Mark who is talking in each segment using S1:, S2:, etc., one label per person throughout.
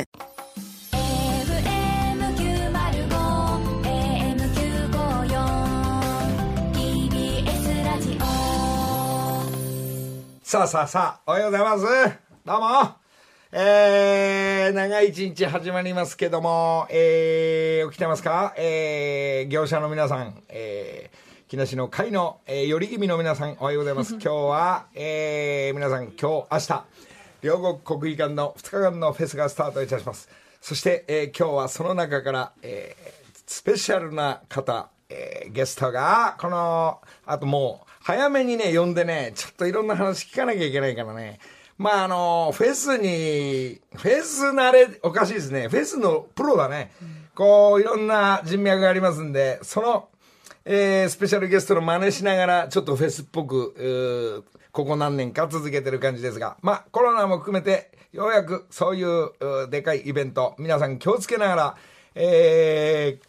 S1: AM905 AM954 TBS ラジオ
S2: さあさあさあ、おはようございます。どうも。えー、長い一日始まりますけども、えー、起きてますかえー、業者の皆さん、えー、木梨の会の、えー、寄り気味の皆さん、おはようございます。今日は、えー、皆さん、今日、明日、両国国技館の2日間のフェスがスタートいたします。そして、えー、今日はその中から、えー、スペシャルな方、えーゲストが、この、あともう、早めにね、呼んでね、ちょっといろんな話聞かなきゃいけないからね。まあ、あの、フェスに、フェス慣れ、おかしいですね。フェスのプロだね。こう、いろんな人脈がありますんで、その、えースペシャルゲストの真似しながら、ちょっとフェスっぽく、えーここ何年か続けてる感じですが、まあ、コロナも含めて、ようやくそういううーでかいイベント、皆さん気をつけながら、えー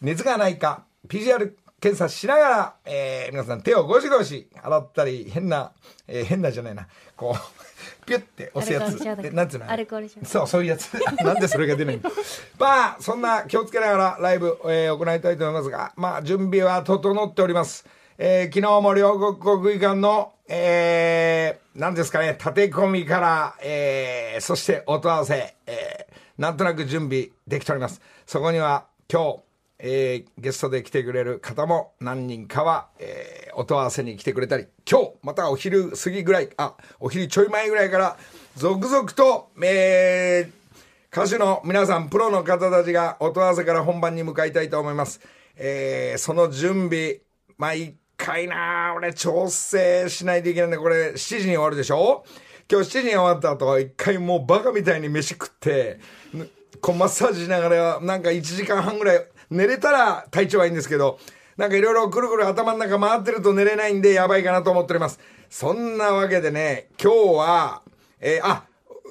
S2: 熱がないか、PCR 検査しながら、えー皆さん手をゴシゴシ洗ったり、変な、えー変なじゃないな、こう、 ピュって押すやつ。
S3: アルコール消毒
S2: でなんつうの
S3: アルコール消毒
S2: そう、そういうやつ。なんでそれが出ないのまあ、そんな気をつけながらライブ、えー行いたいと思いますが、まあ、準備は整っております。えー昨日も両国国技館の、えー、なんですかね、立て込みから、えー、そして音合わせ、えー、なんとなく準備できております。そこには、今日、えーゲストで来てくれる方も何人かは、えー音合わせに来てくれたり、今日、またはお昼過ぎぐらい、あ、お昼ちょい前ぐらいから、続々と、えー歌手の皆さん、プロの方たちが音合わせから本番に向かいたいと思います。えーその準備、毎回なあ俺調整しないといけないんで、これ7時に終わるでしょ今日7時に終わった後、一回もうバカみたいに飯食って、ぬこうマッサージしながら、なんか1時間半ぐらい寝れたら体調はいいんですけど、なんかいろいろくるくる頭の中回ってると寝れないんでやばいかなと思っております。そんなわけでね、今日は、えーあ、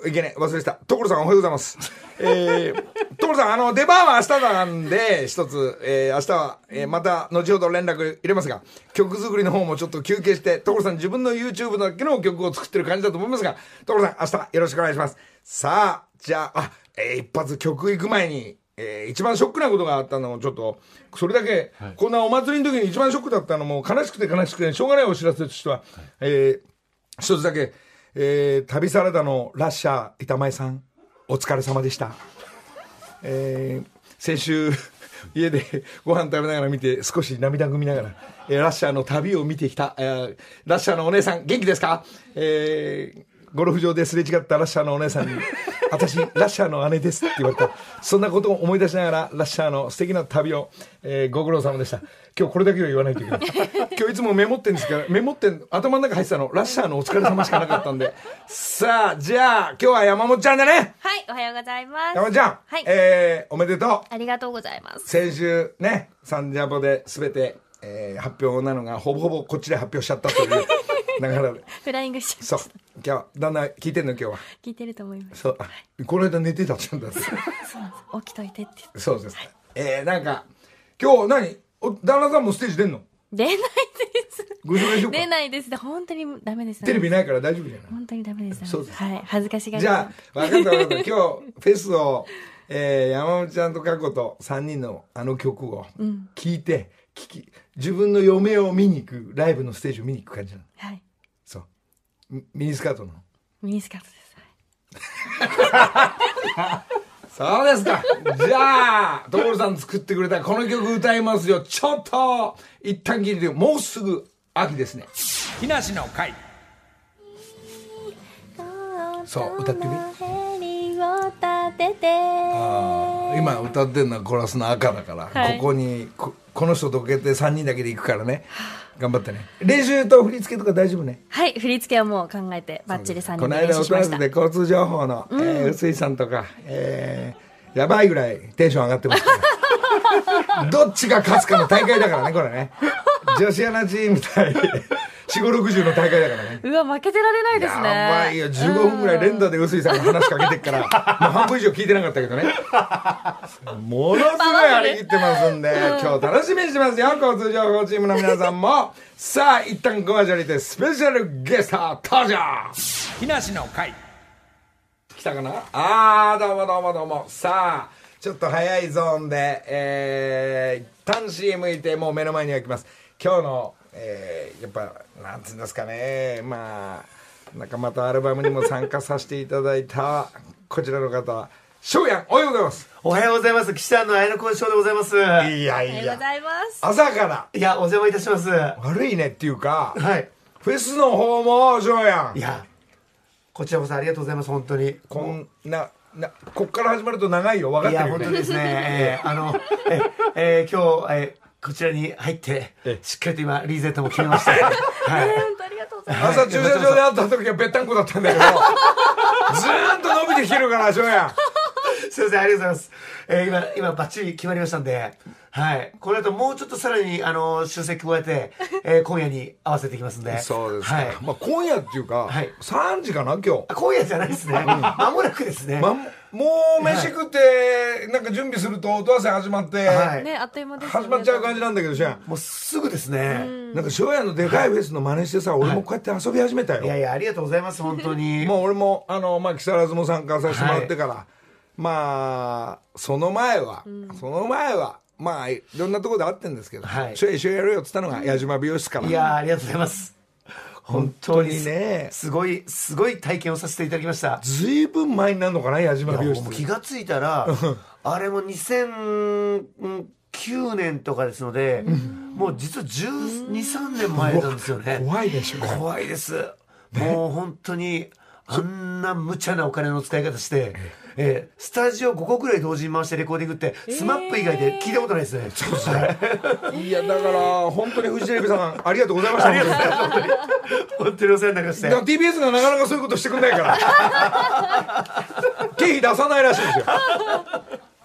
S2: いけねえ、忘れてた。所さんおはようございます。えー、所さん、あの、出番は明日なんで、一つ、えー、明日は、えーまた、後ほど連絡入れますが、曲作りの方もちょっと休憩して、所さん自分の YouTube だけの曲を作ってる感じだと思いますが、所さん、明日よろしくお願いします。さあ、じゃあ、あ、えー一発曲行く前に、えー一番ショックなことがあったのをちょっと、それだけ、こんなお祭りの時に一番ショックだったのも、悲しくて悲しくて、しょうがないお知らせとしては、えー一つだけ、えー旅サラダのラッシャー板前さんお疲れ様でした、えー先週家でご飯食べながら見て少し涙ぐみながら、えーラッシャーの旅を見てきた、えーラッシャーのお姉さん元気ですか、えーゴルフ場ですれ違ったラッシャーのお姉さんに 「私ラッシャーの姉です」って言われたそんなことを思い出しながらラッシャーの素敵な旅を、えーご苦労様でした今日これだけは言わないといけ ない今日いつもメモってんですからメモってん頭の中入ってたのラッシャーのお疲れ様しかなかったんでさあじゃあ今日は山本ちゃんだね
S3: はい、おはようございます。
S2: 山本ちゃん、
S3: はい
S2: えーおめでとう
S3: ありがとうございます。
S2: 先週ねサンジャポで全て、えー発表なのがほぼほぼこっちで発表しちゃったという 流れで
S3: フライングしちゃう
S2: そう今日旦那聞いてんの今日は
S3: 聞いてると思います。
S2: そうあこの間寝てたちゃんだって
S3: そうなんです。起きといて って。
S2: そうです、えーなんか今日何お旦那さんもステージ出んの
S3: 出ないです。
S2: ご紹介しようか
S3: 出ないです。本当にダメです。
S2: テレビないから大丈夫じゃない
S3: 本当にダメです。
S2: そうです
S3: はい、恥ずかしがり
S2: じ
S3: 屋
S2: ゃあ、分かった分かった。今日、フェスを、えー山本ちゃんと過去と3人のあの曲を聞いて、聞き、自分の嫁を見に行く、ライブのステージを見に行く感じなの。
S3: はい、
S2: そう。ミミニスカートの。
S3: ミニスカートです。
S2: そうですか。じゃあ、所さん作ってくれたこの曲歌いますよ。ちょっと、一旦聞いて、もうすぐ秋ですね。木梨の会。そう歌ってみ
S3: み。を立てて。
S2: あー今歌ってるのはコラスの赤だから、
S3: はい
S2: ここにここの人と決定3人だけで行くからね頑張ってね練習と振り付けとか大丈夫ね
S3: はい、振り付けはもう考えて、バッチリ3
S2: こ
S3: 人
S2: の
S3: で
S2: 間
S3: 練習
S2: お
S3: しま
S2: ら
S3: し
S2: ず
S3: た。
S2: で交通情報の、えー臼井さんとか、えーやばいぐらいテンション上がってますから どっちが勝つかの大会だからねこれね女子アナチーム対4050の大会だからね
S3: うわ、負けてられないですね。
S2: やばいよ15分ぐらい連打で臼井さんが話しかけてっからもう半分以上聞いてなかったけどねものすごい張り切ってますんで今日楽しみにしてますよ交通情報チームの皆さんもさあ一旦ごマジャリでスペシャルゲスト登場木梨の会来たかなああどうもどうもどうもさあちょっと早いゾーンでえー、一旦 CM いてもう目の前には来ます今日のえー、やっぱなんつうんですかねまあ仲間とアルバムにも参加させていただいたこちらの方翔やんおはようございます
S4: おはようございます。岸田の綾野幸翔でございます。
S2: いやい
S3: ありがとうご
S2: や
S3: ざいます。
S2: 朝から
S4: いや、お邪魔いたします。は
S2: 悪いねっていうか、
S4: い。
S2: フェスの方も翔やん
S4: いや、こちらこそありがとうございます。本当に。
S2: こんななこっから始まると長いよ分
S4: い
S2: かっ
S4: や、
S2: てるよ
S4: 本
S2: ね
S4: 当にですね。えーあの、ええー今日、えーこちらに入って
S2: え、
S4: しっかりと今、リーゼントも決め ました。はい。
S3: 本当ありがとうございます。
S2: 朝駐車場で会った時はべったんこだったんだけど ずーっと伸びてきてるから翔やん
S4: すいません、ありがとうございます。えー今、今、バッチリ決まりましたんで、はい。この後、もうちょっとさらに、あの、修正加えて、えー今夜に合わせていきますんで。
S2: そうですか、
S4: はい。
S2: まあ、今夜っていうか、
S4: はい
S2: 3時かな今日
S4: あ今夜じゃないですね。間もなくですね。
S2: まもう飯食って、なんか準備すると音合わせ始まって、
S4: はい
S3: ね、あっという間ですよね。
S2: 始まっちゃう感じなんだけど翔やん
S4: もうすぐですね。
S2: なんか翔やんのでかいフェスの真似してさ俺もこうやって遊び始めたよ、
S4: いやいや、ありがとうございます、本当 に。
S2: もう俺もあの、まあ、木更津も参加させてもらってから、まあその前は、その前はまあいろんなところで会ってんですけど、
S4: はい
S2: 翔や一緒にやるよっつったのが矢島美容室から
S4: いや、ありがとうございます。本当に
S2: 本当にね
S4: すごい、すごい体験をさせていただきました。
S2: ずいぶん前になるのかな矢島
S4: い
S2: 美
S4: や
S2: 容
S4: もう気
S2: 室
S4: がついたら、あれも2009年とかですので、もう実は12、3年前なんですよね。
S2: 怖いでしょこれ
S4: 怖いです。もう本当に、あんな無茶なお金の使い方して、えースタジオ5個ぐらい同時に回してレコーディングって、スマップ以外で聞いたことないですね。はい
S2: いやだから本当にフジテレビさんありがとうございました本当に
S4: 本当にお世話になりまし
S2: だか
S4: た
S2: ら TBS がなかなかそういうことしてくんないから経費出さないらしいんですよ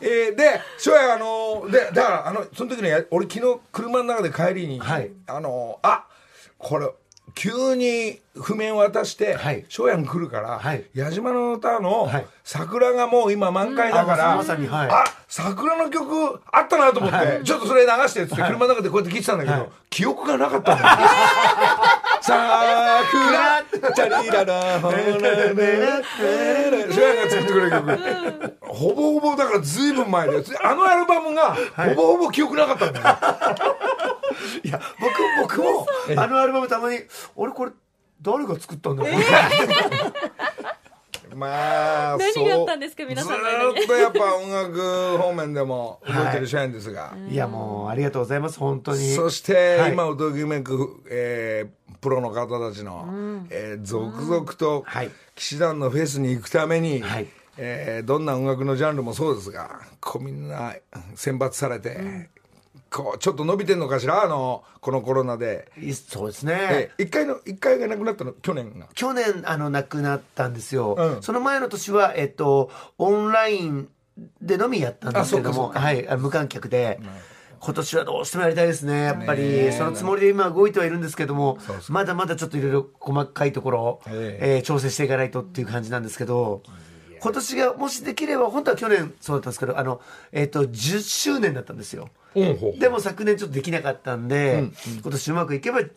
S2: えー、で翔也あのーでだからあのその時のや俺昨日車の中で帰りに、
S4: はい
S2: あのーあこれ急に譜面渡して
S4: はい
S2: 翔也、が来るから、
S4: はい
S2: 矢島の歌の
S4: はい
S2: 桜がもう今満開だから、
S4: あまさにまさにはい
S2: あ桜の曲あったなと思って、ちょっとそれ流してっつって車の中でこうやって聞いてたんだけど、
S4: はい
S2: 記憶がなかったんだよさあ、くら、チャリララ、ほらねねね。主演が作ってくれる曲。ほぼほぼだからずいぶん前で、あのアルバムがほぼほぼ記憶なかったんだよ。
S4: いや、僕も、僕も、あのアルバムたまに、俺これ、誰が作ったんだろう、
S2: まあ、
S3: 何
S2: そう
S3: があったんですか皆さんの間
S2: ず
S3: に
S2: ーっとやっぱ音楽方面でも動いてる社員ですが。
S4: いや、もう、ありがとうございます、本当に。
S2: そして、
S4: はい
S2: 今をときめく、えープロの方たちの、えー続々と、
S4: はい
S2: 騎士団のフェスに行くために、
S4: はい
S2: えーどんな音楽のジャンルもそうですがこうみんな選抜されて、こうちょっと伸びてんのかしらあのこのコロナで、
S4: いそうですね。
S2: え1回の一回がなくなったの去年が
S4: 去年あの亡くなったんですよ、
S2: うん
S4: その前の年は、えっと、オンラインでのみやったんですけど
S2: あそう
S4: も、
S2: かそうか
S4: はい、あの無観客で、今年はどうしてもやりたいですねやっぱり、
S2: ねえ
S4: そのつもりで今動いてはいるんですけども
S2: そうそう
S4: まだまだちょっといろいろ細かいところを、
S2: え
S4: え
S2: え
S4: ー調整していかないとっていう感じなんですけど。今年がもしできれば本当は去年そうだったんですけどあの、えっと10周年だったんですよ。
S2: うんほ
S4: でも昨年ちょっとできなかったんで、今年うまくいけば10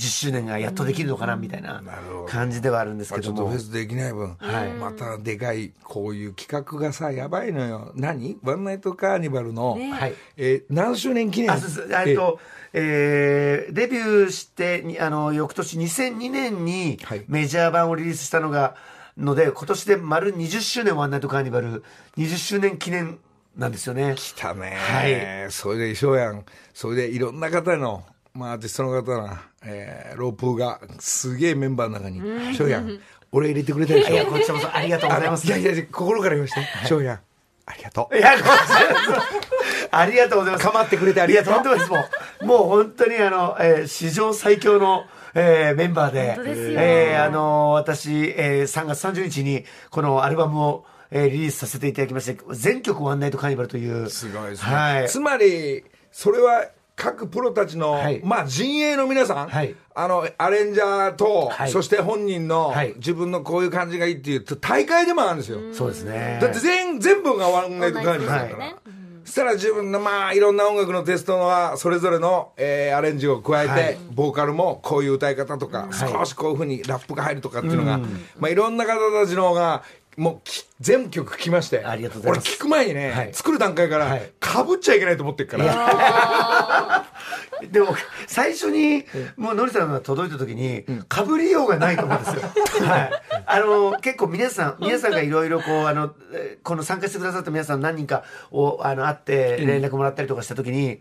S4: 周年がやっとできるのかなみたいな感じではあるんですけ
S2: ちょ
S4: ど
S2: っと
S4: も、
S2: フェスできない分、またでかいこういう企画がさやばいのよ何ワンナイトカーニバルの、
S4: はい
S2: えー何周年記念
S4: あそうそうえっと、えーデビューしてにあの翌年2002年に
S2: はい
S4: メジャー版をリリースしたのがので今年で丸20周年ワンナイトカーニバル20周年記念なんですよね
S2: 来たね、
S4: はい
S2: それで翔やんそれでいろんな方の、まあ、アーティストの方が、えーロープがすげえメンバーの中に翔やん俺入れてくれたでし
S4: いや
S2: ょ
S4: こちらこそありがとうございま
S2: あの
S4: す
S2: いやいや心から言いました翔やんありがとう
S4: いや、こちらこそありがとうございます。
S2: 構ってくれてありがとう
S4: いや、とんでもないです。もう、もう本当にあの、えー史上最強の、えーメンバーで、
S3: 本当ですよ
S4: えーあのー私、えー3月30日に、このアルバムを、えーリリースさせていただきまして、全曲ワンナイトカーニバルという。
S2: すごいですね、
S4: はい。
S2: つまりそれは各プロたちの、
S4: はい
S2: まあ陣営の皆さん、
S4: はい
S2: あのアレンジャーと、
S4: はい
S2: そして本人の、
S4: はい
S2: 自分のこういう感じがいいっていう大会でもあるんですよ、
S4: そうですね。
S2: だって全全部がワンナイト管理だから、
S3: はい
S2: そしたら自分のまあいろんな音楽のテストはそれぞれの、えーアレンジを加えて、
S4: はい
S2: ボーカルもこういう歌い方とか、
S4: はい
S2: 少しこういうふうにラップが入るとかっていうのが、まあ、いろんな方たちの方がもうき全曲聴きまして
S4: ありがとうございます
S2: 俺聴く前にね、
S4: はい
S2: 作る段階から、
S4: はい
S2: かぶっちゃいけないと思ってるから
S4: でも最初にもうのりさんが届いた時にかぶりようがないと思うん ですよ。はい、あの結構皆さん皆さんがいろいろこうあのえーこの参加してくださった皆さん何人かをあの会って連絡もらったりとかした時に、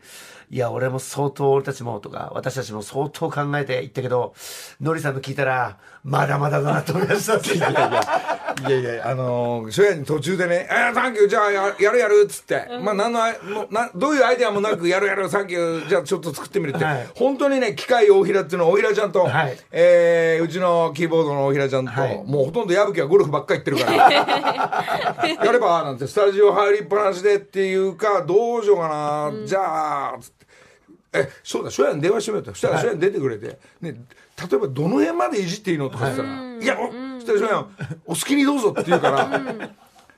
S4: いや俺も相当俺たちもとか私たちも相当考えていったけどのりさんの聞いたらまだまだだなと思いましたって。
S2: いやいや、あのー、初夜に途中でね、えー、サンキュー、じゃあややるやるっつって、まあ、なんのあいもうな、どういうアイデアもなく、やるやる、サンキュー、じゃあちょっと作ってみるって、
S4: はい
S2: 本当にね、機械大平っていうのは、大平ちゃんと、
S4: はい
S2: えーうちのキーボードの大平ちゃんと、
S4: はい
S2: もうほとんど矢吹はゴルフばっかり行ってる から、やればなんて、スタジオ入りっぱなしでっていうか、どうしようかな、じゃあ、つって。えそうだ初夜に電話してみようとそしたら初夜に出てくれて、ね、例えばどの辺までいじっていいのとか言ってたら「いやおそしたら初夜はお好きにどうぞ」って言うから、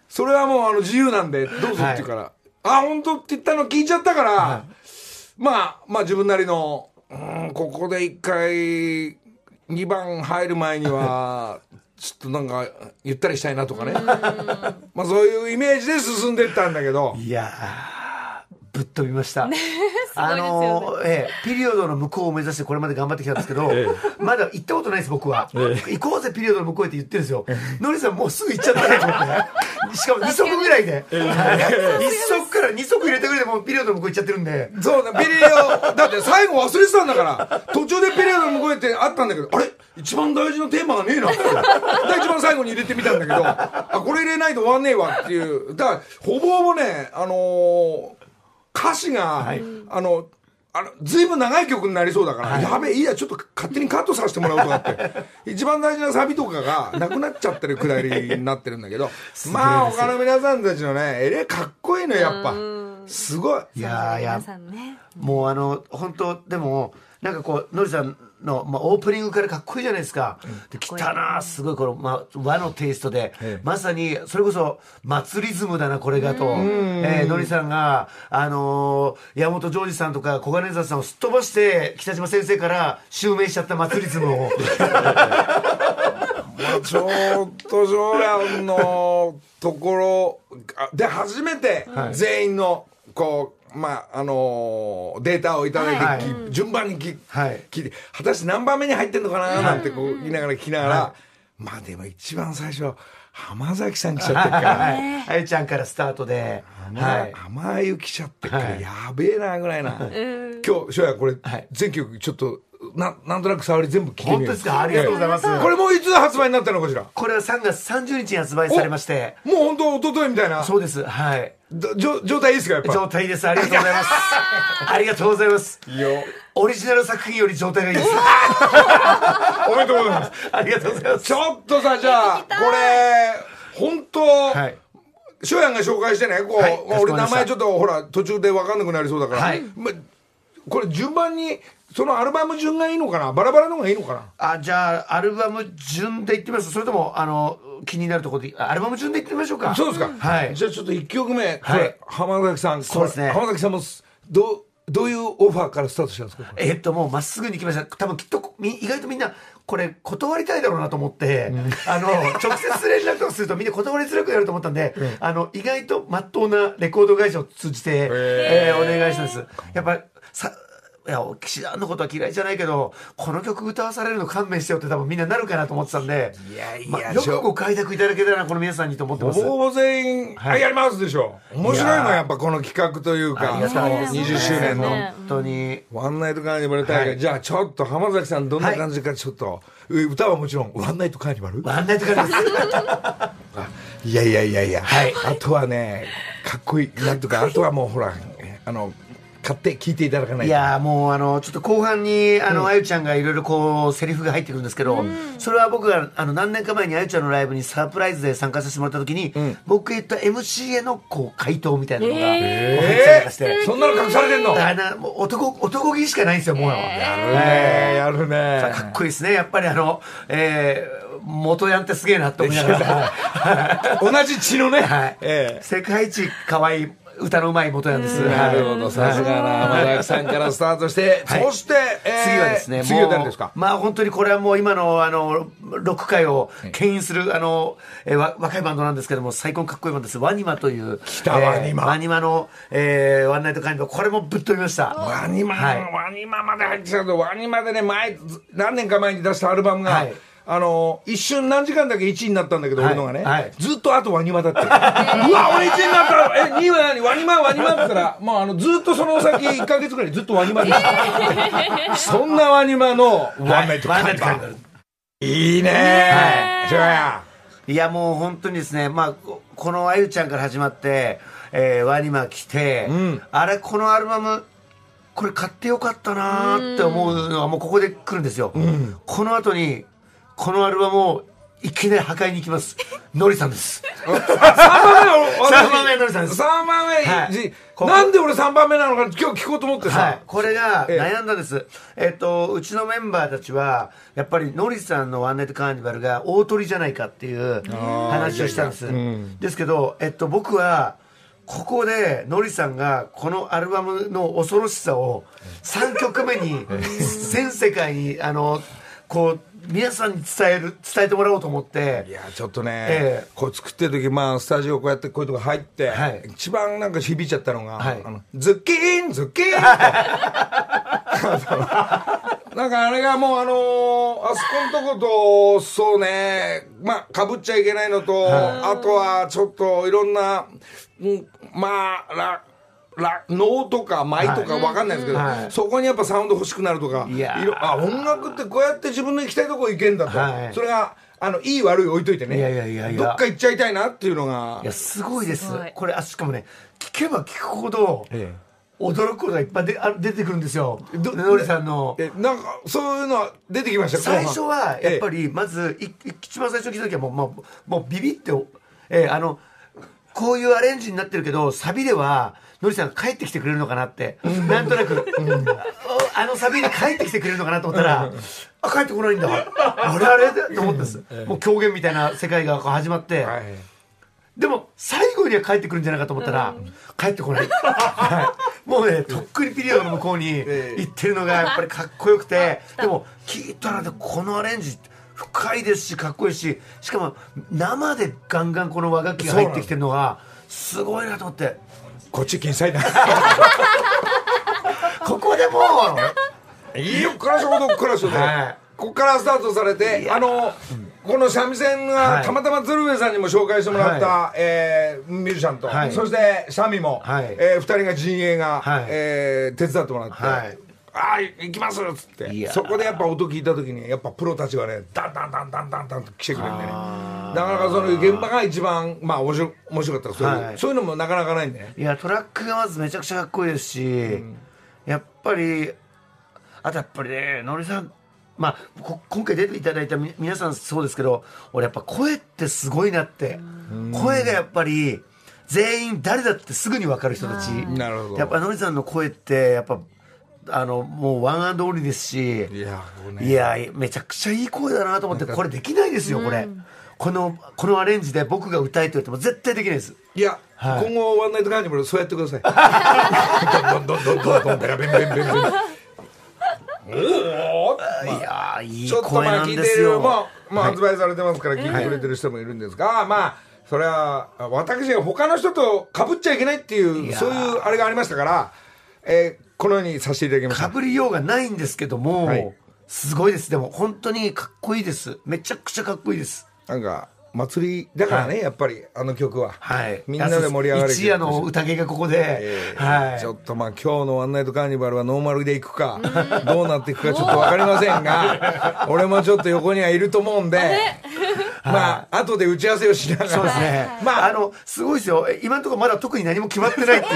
S2: それはもうあの自由なんでどうぞって言うから「あ本当って言ったの聞いちゃったから、まあまあ自分なりのうーんここで一回2番入る前にはちょっとなんかゆったりしたいなとかねまあそういうイメージで進んでったんだけど。
S4: いやー、ぶっ飛び ました。あ
S3: ね
S4: のー、ええ、ピリオドの向こうを目指してこれまで頑張ってきたんですけど、まだ行ったことないです、僕は。行こうぜ、ピリオドの向こうへって言ってるんですよ。ノリさんもうすぐ行っちゃったねと思 って、しかも2足ぐらいで。1足から2足入れたぐらいでもうピリオドの向こう行っちゃってるんで。
S2: そうね、ピリオ、だって最後忘れてたんだから、途中でピリオの向こうへってあったんだけど、あれ一番大事なテーマがねえなって。で一番最後に入れてみたんだけど、あ、これ入れないと終わんねえわっていう。だから、ほぼほぼね、あのー歌詞が、
S4: い
S2: あの、あの、ずいぶん長い曲になりそうだから、やべえ、いいや、ちょっと勝手にカットさせてもらおうとかって、一番大事なサビとかがなくなっちゃってるくだりになってるんだけど、まあ、他の皆さんたちのね、えれかっこいいのよ、やっぱ。すごい。
S4: いやー、や
S3: 皆さんね。
S4: もうあの本当でもなんかこうノリさんの、まあ、オープニングからかっこいいじゃないですか、で来たなすごいこの、まあ、和のテイストで、
S2: ええ
S4: まさにそれこそ祭りズムだなこれがと、えー、ノリさんが、あのー山本譲二さんとか小金沢さんをすっ飛ばして北島先生から襲名しちゃった祭りズム を
S2: ちょっと上蘭のところあで初めて全員のこう、まああのーデータをいただいて、
S4: はい
S2: き順番にき、
S4: はい
S2: 聞いて果たして何番目に入ってんのかななんてこう言いながら聞きながら、まあでも一番最初浜崎さん来ちゃってるから。
S4: はいあゆちゃんからスタートで、は
S2: はい
S4: い、、
S2: 甘ゆきちゃってっから、
S4: はい
S2: やべえなぐらいな、今日翔也これ、
S4: はい
S2: 全曲ちょっとななんとなく触り全部聞いてみよう
S4: 本当ですかありがとうございます、
S2: ええこれもういつ発売になったのかしらも
S4: これは3月30日に発売されまして
S2: う本当一昨日みたいな
S4: そうですはい
S2: ど状状態いいですかやっぱ
S4: 状態です。ありがとうござ います。ありがとうございます。
S2: いいよ
S4: オリジナル作品より状態がいいです。
S2: おめでとうございます
S4: ありがとうございま す
S2: ち。ょっとさじゃあこれ本当、
S4: はい。
S2: ショヤンが紹介してねこう、
S4: はい
S2: まあ
S4: かしこまり
S2: 俺
S4: ました
S2: 名前ちょっとほら途中で分かんなくなりそうだから、
S4: はい
S2: まこれ順番にそのアルバム順がいいのかなバラバラの方がいいのかな
S4: あ、じゃあ、アルバム順でいってみますそれとも、あの、気になるところで、あアルバム順でいってみましょうか。
S2: そうですか、
S4: はい
S2: じ。ゃあちょっと1曲目これ、
S4: はい
S2: 浜崎さんこれ
S4: そうですね
S2: 浜崎さんもすどうどういうオファーからスタートしたんですかこれ
S4: えっと、もうまっすぐに行きました。多分きっと、み意外とみんな、これ断りたいだろうなと思って、あの、直接連絡をするとみんな断りづらくなると思ったんで、あの、意外とまっとうなレコード会社を通じて、えーお願いしたんです。やっぱ、さ、いや、岸田のことは嫌いじゃないけど、この曲歌わされるの勘弁してよって多分みんななるかなと思ってたんで、
S2: いやいや
S4: まあよ
S2: ちょ
S4: くご快諾いただけたな、この皆さんにと思って
S2: ほ
S4: ます
S2: ぼ。ほぼ全員、
S4: は
S2: あ
S4: い
S2: やりますでしょ面白いのはやっぱこの企画というか
S4: ありがとうございます
S2: その20周年の、
S4: 本当に。
S2: ワンナイトカーニバル大会、
S4: はい
S2: じゃあちょっと浜崎さんどんな感じかちょっと、え歌はもちろんワンナイトカーニバル
S4: ワンナイトからです。
S2: いやいやいやいや、あとはねかっこいいなんとかあとはもうほらあの買って聞いていただかない
S4: い
S2: と
S4: やーもうあのちょっと後半にあの、あゆちゃんがいろいろこうセリフが入ってくるんですけど、それは僕があの何年か前にあゆちゃんのライブにサプライズで参加させてもらった時に、僕が言った MC へのこう回答みたいなのが、
S3: え
S4: 入ってたりな
S2: え
S4: んかして、
S2: ー、そんなの隠されてんの
S4: だからなもう男男気しかないんですよもう、
S2: ねえやるね
S4: かっこいいですねやっぱりあの、えー、元ヤンってすげえなって思いながら、
S2: 同じ血 のね、
S4: はい
S2: え
S4: 世界一可愛い歌のうまい元ヤンです、
S2: えなるほどさすがな天崎さんからスタートして、
S4: はい
S2: そして、えー
S4: 次はですね、
S2: 次は誰ですか
S4: もうまあ本当にこれはもう今のあのロック界を牽引するあのえーわ若いバンドなんですけども最高にかっこいいバンドですワニマという
S2: た
S4: えー
S2: ワニマ
S4: ワニマの、えーワンナイトカインドこれもぶっ飛びました
S2: ワニマ、
S4: はい
S2: ワニマまで入ってきたけど、ワニマでね、前、ず何年か前に出したアルバムが、
S4: はい
S2: あの、一瞬何時間だけ1位になったんだけど、
S4: はい
S2: 俺のがね、
S4: はい
S2: ずっとあとワニマだ って。うわ、俺1位になったえ、2位は何ワニマ、ワニマって言ったら、もうあの、ずっとその先1ヶ月くらいずっとワニマでした。そんなワニマのワンナイト
S4: は
S2: カ
S4: いワンナイ
S2: ン
S4: トカイ
S2: バ
S4: ンド
S2: いいね
S4: は
S2: ー。そうや
S4: いやもう本当にですね、まあ、ここのあゆちゃんから始まって、えーワニマ来て、
S2: ん
S4: あれこのアルバムこれ買ってよかったなーって思うのはもうここで来るんですよ、この後にこのアルバムをいきなり破壊に行き ますのりさんです
S2: 3番目俺私
S4: 三番目のりさんです
S2: 三番目、
S4: はい
S2: じ
S4: ここ
S2: なんで俺3番目なのか今日聞こうと思ってさ、
S4: はい、これが
S2: ええ
S4: 悩んだんです、えっとうちのメンバーたちはやっぱりノリさんの「ワンナイトカーニバル」が大鳥じゃないかっていう話をしたんです、ですけど、えっと、僕はここでノリさんがこのアルバムの恐ろしさを3曲 目に全世界にあのこう皆さんに伝える伝えてもらおうと思って
S2: いやちょっとね、
S4: ええ
S2: こう作ってる時、まあ、スタジオこうやってこういうとこ入って、
S4: はい
S2: 一番なんか響いちゃったのが「
S4: はい
S2: あのズッキーンズッキーン」と なんかあれがもうあのーあそこのとことそうねまあかぶっちゃいけないのと、あとはちょっといろんな、うん、まあらら能とか舞とかわかんないですけど、
S4: はい
S2: そこにやっぱサウンド欲しくなるとか
S4: いやー
S2: いろあ音楽ってこうやって自分の行きたいとこ行けんだと、
S4: はい
S2: それがあのいい悪い置いといてね
S4: いやいやいやいや
S2: どっか行っちゃいたいなっていうのが
S4: いやすごいです
S3: すごい
S4: これあしかもね聞けば聞くほど、
S2: え
S4: 驚くことがいっぱいであ出てくるんですよのりさんの
S2: えなんかそういうのは出てきました
S4: 最初はやっぱ
S2: り、
S4: りまずい一番最初聞いた時はもうもうもうビビって、ええあのこういうアレンジになってるけどサビではのりさんが帰ってきてくれるのかなってなんとなくああのサビに帰ってきてくれるのかなと思ったらあ帰ってこないんだあれあれと思ったんですもう狂言みたいな世界がこう始まって
S2: えはい
S4: でも最後には帰ってくるんじゃないかと思ったら、帰ってこない、はい、もうねとっくにピリオドの向こうに
S2: え
S4: 行ってるのがやっぱりかっこよくてでも聞いたらねこのアレンジ深いですしかっこいいししかも生でガンガンこの和楽器が入ってきてるのがすごいなと思って
S2: こっち禁止だ
S4: ここでも
S2: いいよ暮らしほど暮らしほど、
S4: はい
S2: ここからスタートされてあのこの三味線
S4: は
S2: が
S4: い
S2: たまたま鶴瓶さんにも紹介してもらった、
S4: は
S2: えーミュージシャンと、
S4: はい
S2: そしてシャミも、
S4: はい
S2: えー、2人が陣営が、
S4: はい
S2: えー手伝ってもらって。
S4: はい
S2: ああ行きますっつっ
S4: い
S2: て
S4: やー
S2: そこでやっぱ音聞いた時にやっぱプロたちがねダンダンダンダンダンダンと来てくれるんでねなかなかその現場が一番まあ面白面白かったそういう、
S4: はい
S2: そういうのもなかなかないんでね
S4: いやトラックがまずめちゃくちゃかっこいいですし、やっぱりあとやっぱりねのりさんまあこ今回出ていただいたみ皆さんそうですけど俺やっぱ声ってすごいなって声がやっぱり全員誰だってすぐに分かる人たち
S2: なるほど
S4: やっぱのりさんの声ってやっぱあのもうワンアンドオンリーですし
S2: いやーこうね
S4: いやめちゃくちゃいい声だなと思ってこれできないですよこれ、このこのアレンジで僕が歌えって言っても絶対できないです
S2: いや、
S4: はい
S2: 今後ワンナイトカーニバルそうやってくださいどんどんどんどんどんどんベラベンベンベンベンおお
S4: いやーいい
S2: ちょっと
S4: 声
S2: ま
S4: な
S2: あ
S4: ん
S2: 聞い
S4: で
S2: て
S4: す
S2: る
S4: よ。
S2: もう、まあ、発売されてますから聞いてくれてる人もいるんですが、まあそれは私が他の人とかぶっちゃいけないっていう
S4: やー
S2: そういうあれがありましたから、えーこのようにさせていただきまし
S4: か
S2: た
S4: ぶりようがないんですけども、
S2: はい
S4: すごいです。でも本当にかっこいいです。めちゃくちゃかっこいいです。
S2: なんか祭りだからね、やっぱりあの曲は、
S4: はい。
S2: みんなで盛り上がる
S4: 一夜の宴がここで
S2: え、ー
S4: はい。
S2: ちょっとまあ今日の「ワンナイトカーニバル」はノーマルでいくか どうなっていくかちょっと分かりませんが俺もちょっと横にはいると思うんでまあ、後で打ち合わせをしながら。
S4: そうですね。
S2: ま
S4: ま
S2: あ
S4: あ、あの、すごいですよ。今のところまだ特に何も決まってないってい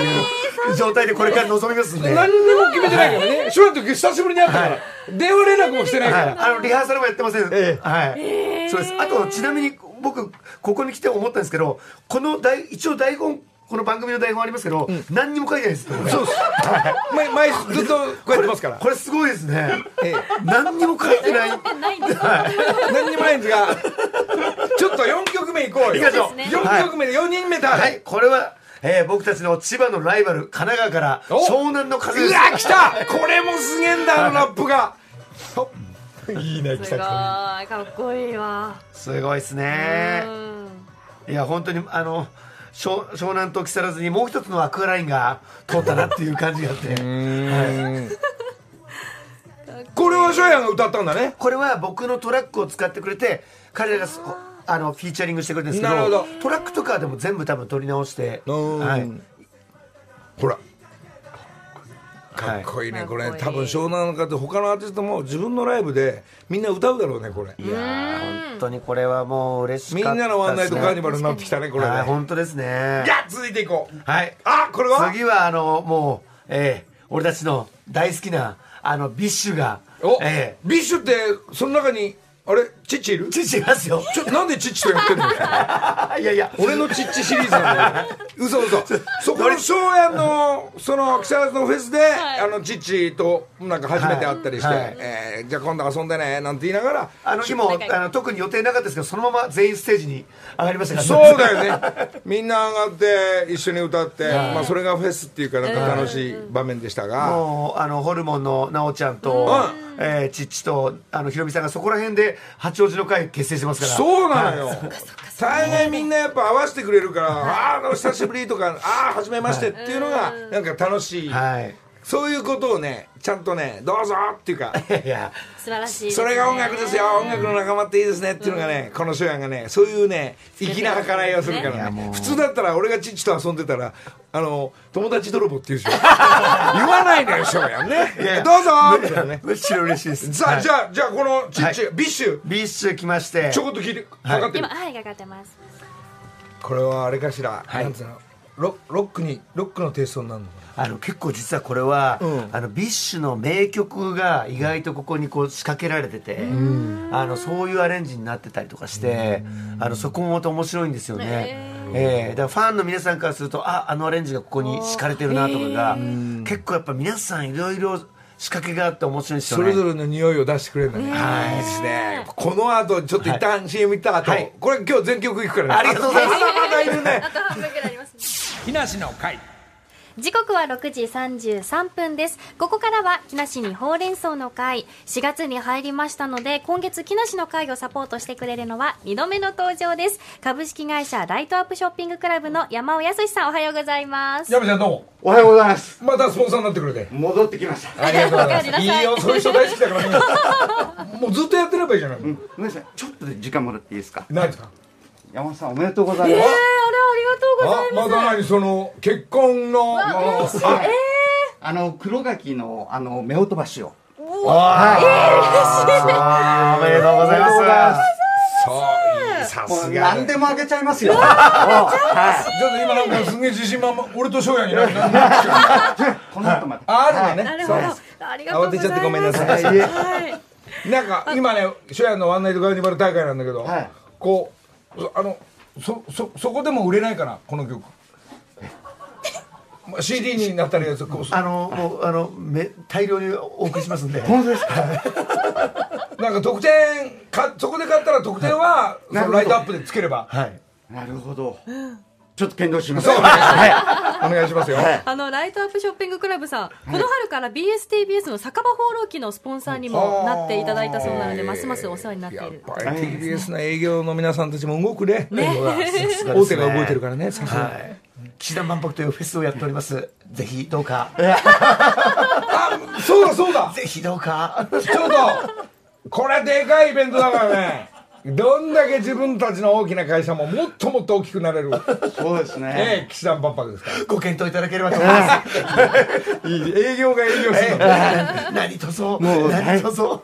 S4: う状態でこれから臨みますんで。
S2: 何
S4: はい。
S2: にも決めてないからね。シュラの時久しぶりに会ったから、電話連絡もしてないから。
S4: あの、リハーサルもやってません。
S2: え
S4: はい。そうです。あと、ちなみに僕、ここに来て思ったんですけど、この台、一応台本、この番組の台本ありますけど、何にも書いてないです。そうです。
S2: 毎毎週ずっとこうやってますから。
S4: これすごいですね。
S2: ええ
S4: 何にも書いてない。
S3: ないんですよ
S2: 何にもないんですが、ちょっと4曲目いこうよ。
S4: 行きましょう
S2: 4曲目で4人目だ。
S4: はい、これは、えー僕たちの千葉のライバル、神奈川から、
S2: お
S4: 湘南の風
S2: う
S4: です。
S2: わ、来たこれもすげえんだ、あのラップが。ほっいいね、
S3: すごいかっこいいわ
S4: すごいです
S3: う
S4: ね。
S3: ん
S4: いや、本当に、あの、湘湘南と木更津にもう一つのアクアラインが通ったなっていう感じが あって。
S2: これは翔やんが歌ったんだね。
S4: これは僕のトラックを使ってくれて彼らがすあのフィーチャリングしてくれてるんですけ
S2: な
S4: ど
S2: るほど
S4: トラックとかでも全部多分撮り直して
S2: うん
S4: はい
S2: ほら。か
S4: は
S2: っ
S4: い
S2: こいいねこれ
S3: かっこいい
S2: 多分湘南の方他のアーティストも自分のライブでみんな歌うだろうねこれ
S4: いやー本当にこれはもう嬉し
S2: みん
S4: かった
S2: なのワンナイトカーニバ
S4: バ
S2: ルになってきたねこれね
S4: はい本当ですね
S2: じゃあ続いていこう
S4: はい
S2: あこれは
S4: 次はあのもうえー俺たちの大好きなあのビッシュが
S2: お
S4: え
S2: ビッシュってその中にあれチッチいる
S4: ー父いますよ
S2: ちょなんでチッチとやってんの
S4: いやいや
S2: 俺のチッチシリーズなんだよ嘘嘘そこの庄屋のその木更津のフェスで、あのチッチとなんか初めて会ったりして、
S4: はい
S2: えーじゃあ今度遊んでねなんて言いながら
S4: あの日もあの特に予定なかったですけどそのまま全員ステージに上がりましたか ら
S2: そうだよねみんな上がって一緒に歌って、まあ、それがフェスっていうかなんか楽しい場面でしたが、
S4: もうあのホルモンの奈緒ちゃんと、えー、ちっちとあのひろみさんがそこら辺で八王子の会結成してますから
S2: そうなのよ大概みんなやっぱ合わせてくれるから「あーあの久しぶり」とか「ああ初めまして」っていうのがなんか楽しい、
S4: はい
S2: そういうことをねちゃんとね「どうぞ」っていうか
S4: いや
S3: 素晴らしいです
S2: そ
S3: ね
S2: れが音楽ですよ音楽の仲間っていいですねっていうのがね、この翔やんがねそういうね粋な計らいをするからね普通だったら俺がチッチと遊んでたらあの友達泥棒って 言うでしょ言わないのよ翔やんね
S4: いや
S2: どうぞーみたいなね
S4: むしろ嬉しいです
S2: さあ、
S4: はい
S2: じゃあじゃあこのチッチ、
S4: は
S2: ビッシュ
S4: ビッシュ来まして
S2: ちょこっと聞いてかかってる、
S3: 今はいかかってます
S2: これはあれかしら、
S4: い
S2: なんつうのロロックにロックのテイストになるのか
S4: あの結構実はこれは、あのビッシュの名曲が意外とここにこう仕掛けられてて、あのそういうアレンジになってたりとかして、あのそこもまた面白いんですよね。ええだからファンの皆さんからするとああのアレンジがここに敷かれてるなとかが結構やっぱ皆さんいろいろ仕掛けがあって面白いですよ
S2: そ
S4: ね。
S2: れぞれの匂いを出してくれるんだねはいいいですねこの後ちょっと一旦 CM 行った後、
S4: はい
S2: これ今日全曲いくからね
S4: ありがとうございます
S2: あとまだまだいるね
S3: あと半分くらいあります
S2: 木梨の会
S3: 時刻は6時33分ですここからは木梨にほうれん草の会4月に入りましたので今月木梨の会をサポートしてくれるのは2度目の登場です株式会社ライトアップショッピングクラブの山尾康さんおはようございます
S2: 山ちゃんどうも
S5: おはようございます。
S2: またスポンサーになってくれて
S5: 戻ってきました。
S2: ありがとうございま
S3: おかえ
S2: す
S3: りなさ
S2: い
S3: い
S2: いよそういう人大好きだからねもうずっとやってればいいじゃない、
S5: うん、ごめんなさい。ちょっとで時間戻っていいですか。
S2: 何ですか
S5: 山本さんおめでとうございます。
S3: あ
S2: あまだ何その結婚の
S5: もうはいあの黒柿のあの目を飛ばしを。
S4: あーおめでとうございます。
S2: そうさ
S5: も
S2: す
S5: う
S2: が
S5: 何
S2: ね
S5: でもあげちゃいますよ。は
S2: ちょっと今なんかすげえ自信満々俺と翔也になるな
S5: い。この後まで。
S2: ああるのね
S3: りがとうございますなるほどありがとう
S2: 慌
S3: ございます
S2: てちゃってごめんなさい
S3: はいはい
S2: なんか今ね初夜のワンナイトガーニバル大会なんだけど、
S5: はい
S2: こうそあのそそそこでも売れないかなこの曲ま CD になったりやつこう
S4: あのもうあのめ大量にお送りしますんで。
S5: 本当ですか。
S2: なんか特典かそこで買ったら特典は、そのライトアップでつければ、
S4: はい。
S5: なるほど。ちょっと検討します。
S2: そうお願いします、お願いしますよ、
S3: あのライトアップショッピングクラブさん、この春から BSTBS の酒場放浪記のスポンサーにもなっていただいたそうなので、ますますお世話になってい
S2: やっ
S3: る。
S2: ぱり TBS の営業の皆さんたちも動くね
S4: ね
S2: 大手が動いてるからねさすが
S4: はい。岸田万博というフェスをやっております。ぜひどうか。
S2: あそうだそうだ
S4: ぜひどうか。
S2: ちょっとこれでかいイベントだからねどんだけ自分たちの大きな会社ももっともっと大きくなれる、
S5: そうですね。
S2: ええ、岸田万博ですか
S4: ご検討いただければと思います。
S2: らいい営業が営業するの
S4: 何卒、
S5: もう
S4: 何卒。
S2: こ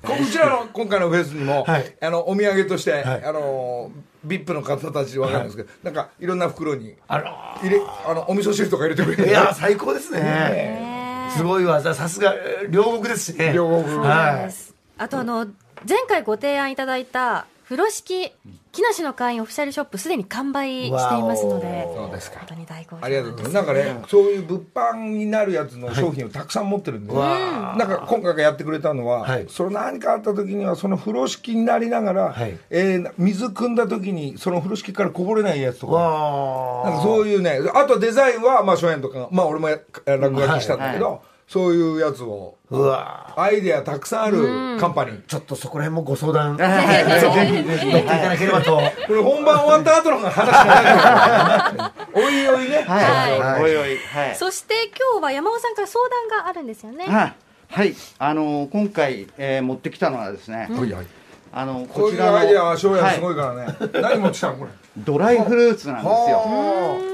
S2: こうちらの今回のフェスにも、
S4: はい
S2: あのお土産として、
S4: はい
S2: あの VIP の方たちわかるんですけど、なんかいろんな袋に
S4: あら
S2: 入れあのお味噌汁とか入れてくれ
S4: い
S2: て
S4: や最高ですね
S3: ね
S4: すごい技さすがえー両国ですしね
S2: 両国
S3: そうなん
S4: は
S3: で
S4: い
S3: す。あとあの、前回ご提案いただいた、風呂敷、木梨の会員オフィシャルショップ、すでに完売していますので、
S4: わお
S2: そうですか
S3: 本当に大好評。
S2: ありがとうございます。なんかね、そういう物販になるやつの商品をたくさん持ってるんで、
S4: わ
S2: なんか今回がやってくれたのは、
S4: はい
S2: その何かあった時にはその風呂敷になりながら、
S4: はい
S2: えー水汲んだ時にその風呂敷からこぼれないやつとか。
S4: わあ
S2: なんかそういうね、あとデザインは、まあ、初演とか、まあ、俺もや落書きしたんだけど、
S5: は
S2: そういうやつを、
S4: うわ
S2: アイデアたくさんあるカンパニー。
S4: ちょっとそこら辺もご相談ぜ
S5: はい
S4: ひ乗っていただければと
S2: これ本番終わった後の話じゃないか ら。おいおいね。
S5: はい、
S4: はい
S5: おいおい、はい。
S3: そして今日は山尾さんから相談があるんですよね。
S5: はい、はい、あの今回、えー持ってきたのはですね、
S2: おいおい
S5: あの
S2: こ
S5: こ
S2: うい
S5: ち
S2: う
S5: らの
S2: アイデアは翔也すご
S5: はい
S2: から ね。何持ってきたのこれ。
S5: いドライフルーツなんですよ。
S2: は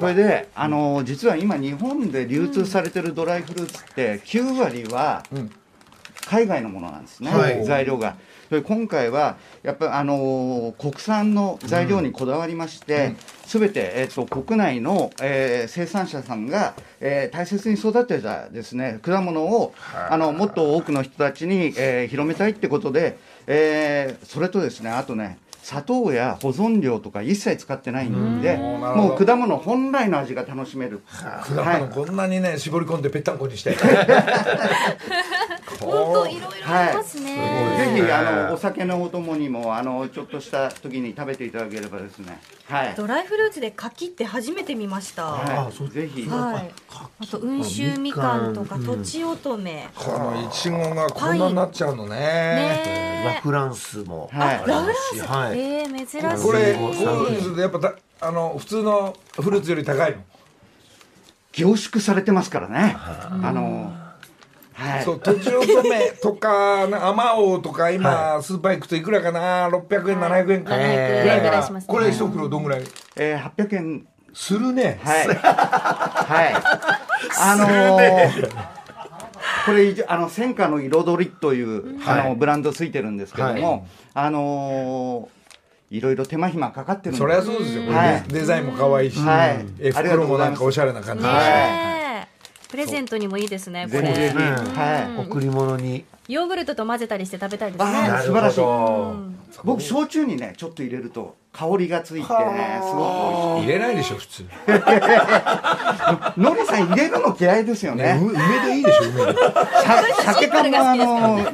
S5: これで、あの実は今日本で流通されてるドライフルーツって9割は
S2: ん
S5: 海外のものなんですね、
S4: はい
S5: 材料が。それで今回はやっぱりあの国産の材料にこだわりまして、すべてえっと国内の、えー生産者さんが、えー大切に育てたですね果物をあのもっと多くの人たちに、えー広めたいってことで、えーそれとですねあとね砂糖や保存料とか一切使ってないんで、
S2: んなるほど
S5: もう果物本来の味が楽しめる。
S2: 果物こんなにね絞り込んでぺったんこに して。
S3: 本当いろいろありますね。
S5: ぜひあのお酒のお供にもあのちょっとした時に食べていただければですね。はい。
S3: ドライフルーツで柿って初めて見ました。は
S4: あそう
S5: はい。ぜひ
S3: い。。あと温州みかんとかとちおとめ。
S2: このいちごがこんなになっちゃうのね。
S4: ラ
S3: ねえ。
S4: フランスも
S5: はい
S4: あ
S3: ラ
S4: り
S3: フラ
S4: ま
S3: ン
S4: すし
S3: ス。
S4: はい
S3: ええ珍しい。
S2: これ
S4: うん
S2: こういうのでやっぱだあの普通のフルーツより高いの。
S5: 凝縮されてますからね。あのはい
S2: そ。うとちおと めとかなあまおうとか今スーパー行くといくらかな600円700円か
S3: はい
S4: えー
S3: ぐらい
S2: だか
S3: からし
S2: ら
S3: ますね
S2: これ一袋どんぐらい
S5: えー800円
S2: するね。
S5: はい。はい。あのーこれ一応あの戦火の彩りという、あ
S4: は
S5: のブランドついてるんですけども、あのーいろいろ手間暇かかってるん
S2: そりゃそうですよ。これ
S5: はい
S2: デデザインも可愛いし
S5: はい、
S2: え
S5: ありがと
S2: 袋
S5: うご
S2: も
S5: ざ
S2: ないん
S5: ま
S2: か
S5: す
S2: おしゃれな感じ。
S3: ねえ。プレゼントにもいいですね。こ
S5: 全然
S3: れ。
S5: はい。
S4: 贈り物に
S3: ヨーグルトと混ぜたりして食べたいです
S5: あ
S3: ね。
S5: ー素晴らしい
S4: なるほど
S5: 僕焼酎にねちょっと入れると香りがついてねすご
S2: 入れないでしょ普通。
S5: く美味しいのりさん入れるの嫌いですよ
S2: ね
S5: ね
S2: 梅梅でいいでしょ 梅で。
S5: さ酒かもあの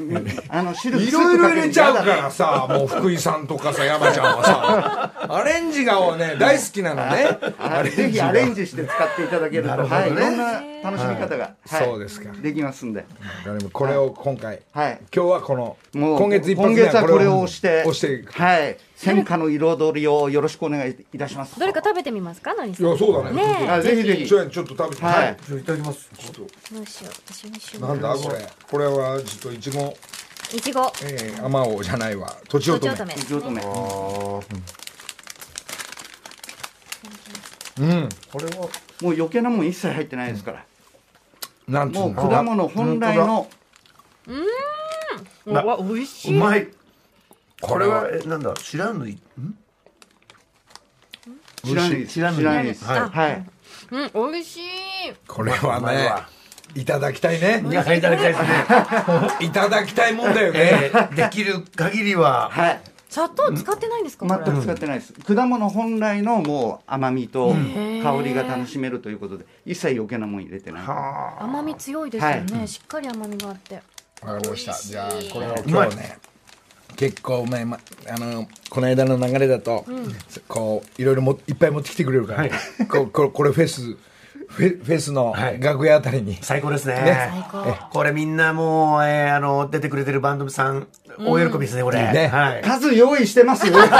S5: あの汁
S2: いろいろ入れちゃうか
S5: すっとかけて嫌
S2: らさ、もう福井さんとかさ、山ちゃんは さ、アレンジがね、大好きなのね。
S5: だはいぜひアレンジして使っていただけると
S4: なるほどね
S5: はいいろんな楽しみ方がはい
S2: そうですか
S5: できますんで
S2: でもこれを今回、
S5: はい
S2: 今日はこの、
S5: もう
S2: 今月一発
S5: 今
S2: 目
S5: 月はこれを押して
S2: 押していく。
S5: はい戦火の彩りをよろしくお願いいたします
S3: どれか食べてみますか、のりさ
S2: い
S3: ん。
S2: や、そうだね。
S3: ね
S5: あぜひぜひ
S2: ちょちょっと食べて、
S5: はい
S4: じゃあいただきます
S3: どうしよう。一緒にしよ
S2: なんだこれ。これはちょっといちご、
S3: う。いちご。
S2: えー、あまおうじゃないわ。とちお
S3: と
S2: とめ
S3: ちお。とめ。
S5: 一応とめ
S2: うん。これは、
S5: もう余計なもん一切入ってないですから
S2: なんつ
S5: も
S2: う
S5: う
S2: の
S5: 果物本来の
S3: うわ、美味し
S4: う
S3: い。
S4: まい
S2: こ
S4: こ
S2: れ
S4: れ
S2: は
S4: はえなんだ知らぬい
S5: 知らないです
S4: 知らない
S5: 知らないです
S4: はい
S5: はい
S3: うん、美味しい。
S2: これは
S4: うまい
S2: ね
S4: わ、
S2: いただきたいね。
S4: いやいただきたいですね
S2: いただきたいもんだよね。
S4: えーできる限りは
S5: はい
S3: 砂糖使ってないんですか。これ
S5: 全く使ってないです、果物本来のもう甘みと香りが楽しめるということで一切余計なもん入れてない
S3: 甘み強いですよね。しっかり甘みがあって。
S2: わかりました。じゃあ、これを今日ね、結構うまい、ま、あの、この間の流れだと、こう、いろいろも、いっぱい持ってきてくれるから、こうこれ、これフェス、フェフェスの
S4: はい
S2: 楽屋あたりに、
S4: 最高ですね
S3: 高
S4: えこれみんなもう、えーあの出てくれてるバンドさん大喜びですねこれ、
S2: ね
S4: はい
S5: 数用意して ますよ
S2: ちょっ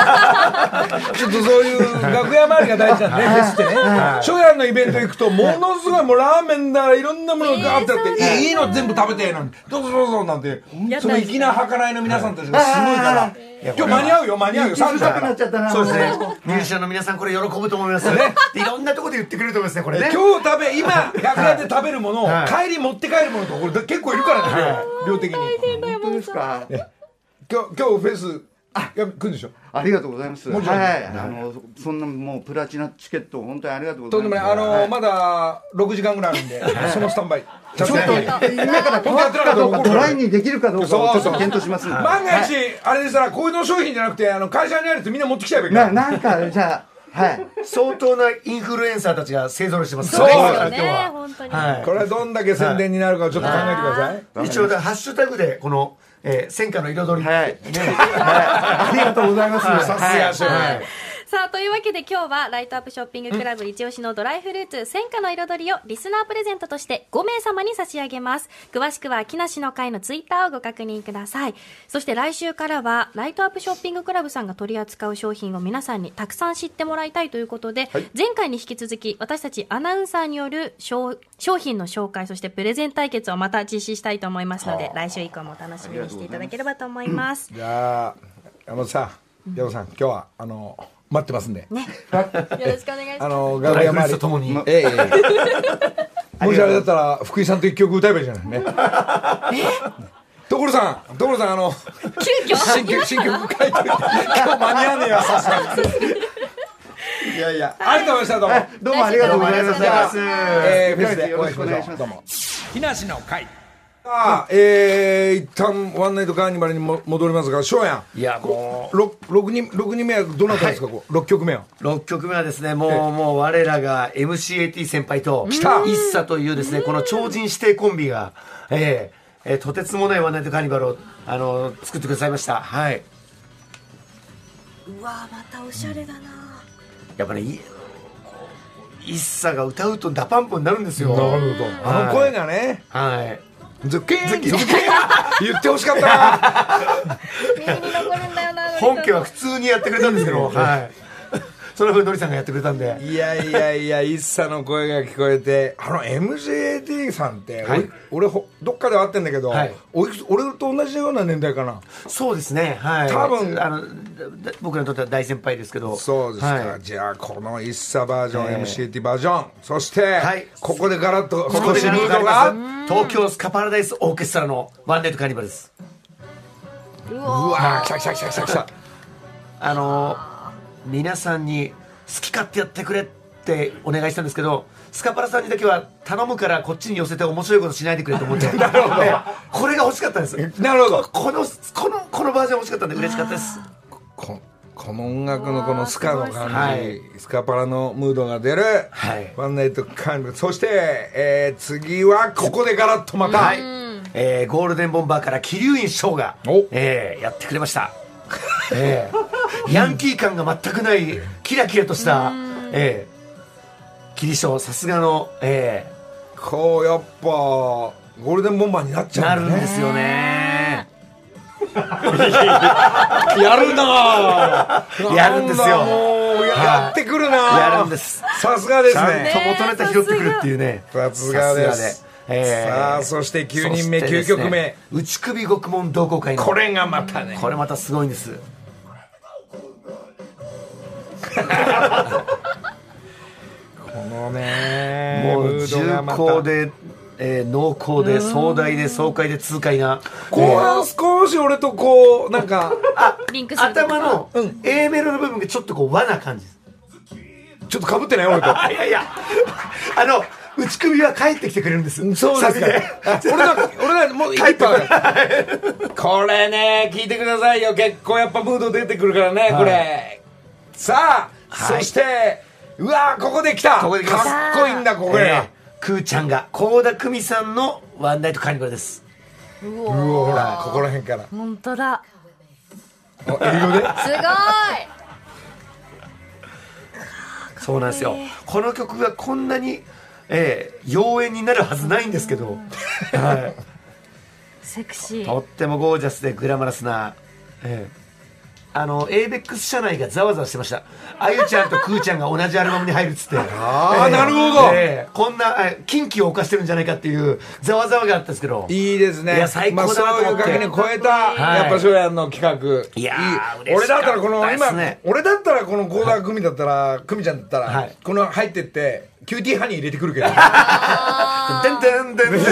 S2: とそういう楽屋周りが大事なんでね、フェスってね。初夜のイベント行くと、ものすごい、もうラーメンだらいろんなものがガーってあって、いいいいの全部食べて、なんて、どうぞどうぞなんて、その粋な計らいの皆さんたちがすごいから、今日間に合うよ、間に合うよ、
S5: 息
S2: 3時
S5: 深
S2: だ
S5: く
S2: か
S5: な
S2: ら
S5: っち。ゃったな
S4: そうですねミュージシャンの皆さんこれ喜ぶと思いますねでいろんなところで言ってくれると思いますねこれね
S2: 今日食べ今楽屋で食べるものを
S4: はい
S2: 帰り持って帰るものとこれだ結構いるからね量的に
S5: 当ですか。
S2: 今日今日フェスや来るんでしょ
S5: ありがとうございます。
S2: もちろん
S5: はい、あのそんなもうプラチナチケット本当にありがとうござ
S2: と
S5: い
S2: んで
S5: ま
S2: も
S5: す。
S2: ないあの、
S5: はい
S2: まだ6時間ぐらいあるんでそのスタンバイちゃん
S5: ち
S2: と
S5: ょっと
S2: やって
S5: 今から
S2: 本当やってなかったら怒るか
S5: ト
S2: ら
S5: ライにできるかどうかをちょっと検討しますんで。
S2: 万が一、
S5: はい
S2: あれでさこういうの商品じゃなくてあの会社にあるやつみんな持ってきちゃえばいいか
S5: な
S2: ら
S5: なんかじゃあはい。
S4: 相当なインフルエンサーたちが勢ぞろいしてます
S2: そうです
S3: よね本当に
S4: はい
S2: これはどんだけ宣伝になるかをちょっと考えてください、
S4: 一応だハッシュタグでこの、えー、戦火の彩り、
S5: はい。 はいありがとうございます。
S2: さすがシェフ
S3: さあというわけで今日はライトアップショッピングクラブ一押しのドライフルーツ戦果の彩りをリスナープレゼントとして5名様に差し上げます詳しくは木梨の会のツイッターをご確認くださいそして来週からはライトアップショッピングクラブさんが取り扱う商品を皆さんにたくさん知ってもらいたいということで、前回に引き続き私たちアナウンサーによる商商品の紹介そしてプレゼン対決をまた実施したいと思いますので来週以降もお楽しみにしていただければと思います
S2: じゃあ山本さん山本さん今日はあの待ってますんで、
S3: よろしくお願いします
S2: あの
S4: ド
S2: 楽
S4: ライ
S2: 屋
S4: フル
S2: 周
S4: ー
S2: り
S4: ツとともに、
S2: ええ ええもしあれだったら福井さんと一曲歌えばいいじゃないね所さん所さんあ の
S3: 急遽
S2: 新曲新曲書いてる今日間に合わねえよさすがにいやいやありがとうございましたどうも
S5: どうもありがとうございま。
S4: どうもありがとうございますす
S2: えー、フェスで
S5: よろしくお願いします
S2: どうも木梨の会さあ、えー、一旦ワンナイトカーニバルにも戻りますが翔やん
S4: いやもう
S2: 六六人六人目はどなたですか、こう六曲目は
S4: 6曲目はですね
S2: ええ
S4: もうもう我らが MCAT 先輩と一
S2: た
S4: 茶というですねこの超人指定コンビが、えーえーとてつもないワンナイトカーニバルをあの作ってくださいましたはい
S3: うんうわまたおしゃれだな、
S4: やっぱねい一茶が歌うとダパンプになるんですよ
S2: あの声がね
S4: はい
S2: ズッキーンズッキーン 言ってほしかったな
S3: 耳に残るんだよな
S4: 本家は普通にやってくれたんですけど、はい、 その分のりさんがやってくれたんで
S2: いやいやいや一茶の声が聞こえてあの MJD さんって、
S4: はい
S2: おい俺ほどっかでは会ってんだけど、
S4: はい
S2: おいくつ俺と同じような年代かな
S4: そうですねはい
S2: 多分
S4: あのだ僕らにとっては大先輩ですけど
S2: そうですか、
S4: はい
S2: じゃあこの一茶バージョン、
S4: ええ
S2: MCT バージョンそして、
S4: はい
S2: ここでガラッと
S4: ここ
S2: 少
S4: で
S2: し
S4: ガ
S2: ム
S4: ラッ
S2: ー
S4: と変
S2: ド
S4: わ
S2: が
S4: ります東京スカパラダイスオーケストラのワンナイトカーニバルです
S3: う
S2: う
S3: わ
S2: わー来た来た来た来た来た
S4: あの皆さんに好き勝手やってくれってお願いしたんですけどスカパラさんにだけは頼むからこっちに寄せて面白いことしないでくれと 思ってなるほどこれが欲しかったんです
S2: なるほど
S4: このこのこのバージョン欲しかったんで嬉しかったです
S2: ここの音楽のこのスカの感じ、
S4: わーすごいっ
S2: スカパラのムードが出る、
S4: はい
S2: ワンナイトカーニバルそして、えー次はここでガラッとまた、
S4: はい、えーゴールデンボンバーから桐生院翔が
S2: お、
S4: えーやってくれました、えーヤンキー感が全くないキラキラとした、えー、桐生さすがの、え
S2: こうやっぱゴールデンボンバーになっ
S4: ー
S2: ちゃう
S4: な
S2: ん
S4: るん
S2: だね
S4: ですよね
S2: やる なぁ
S4: やるんですよ
S2: なんだもうや
S4: はい
S2: やってくるなぁ
S4: やるんです
S2: さすがです
S4: ちゃん
S2: ね
S4: と元ネタ拾ってくるっていうね
S2: さすがです
S4: さえー
S2: さあそして九人目
S4: そしてです
S2: 九
S4: ね
S2: 曲目
S4: 内首獄門同好会の
S2: これがまたね
S4: これまたすごいんです
S2: このね
S4: も
S2: ム
S4: う
S2: ード
S4: 重
S2: がまた
S4: 厚で、えー濃厚で壮大で爽快で痛快な
S2: 後半少し俺とこうなんか
S3: リンクする
S4: 頭の
S2: うん
S4: A メロの部分がちょっとこう和な感じです
S2: ちょっとかぶってない俺 と
S4: あいやいやあの内首は帰ってきてくれるんです
S2: そうですかあ俺だ俺だもう一杯これね聞いてくださいよ結構やっぱムード出てくるからねこれさあそしてうわーここで来た
S4: ここで来ます
S2: かっこいいんだこ
S4: これ、え
S2: れ
S4: ーくーちゃんが倖田來未さんの「ワンナイトカーニバル」です
S3: う
S2: う
S3: わ
S2: おほらここら辺から
S3: 本当だ
S2: お英語です
S3: ごい
S4: そうなんですよこの曲がこんなに、えー妖艶になるはずないんですけど、は
S3: セクシ
S4: い、
S3: ー
S4: とってもゴージャスでグラマラスな、えー、あの ABEX 社内がざわざわしてましたあゆちゃんとくーちゃんが同じアルバムに入るっつって
S2: ああなるほど
S4: えーこんなえー禁忌を犯してるんじゃないかっていうざわざわがあったんですけど
S2: いいですね。
S4: いや最高だなと思って
S2: まあ、そういう垣根超えた、
S4: はい
S2: やっぱ翔やんの企画。
S4: いやー
S2: いい
S4: 嬉
S2: 俺
S4: しか
S2: だ
S4: っ
S2: ったらこの、
S4: たです
S2: 今
S4: ね、
S2: 俺だったらこの高田久美だったら、久美ちゃんだったら、
S4: はい
S2: この入ってって、キューティーハニー入れてくるけど。
S4: てんてんてんてん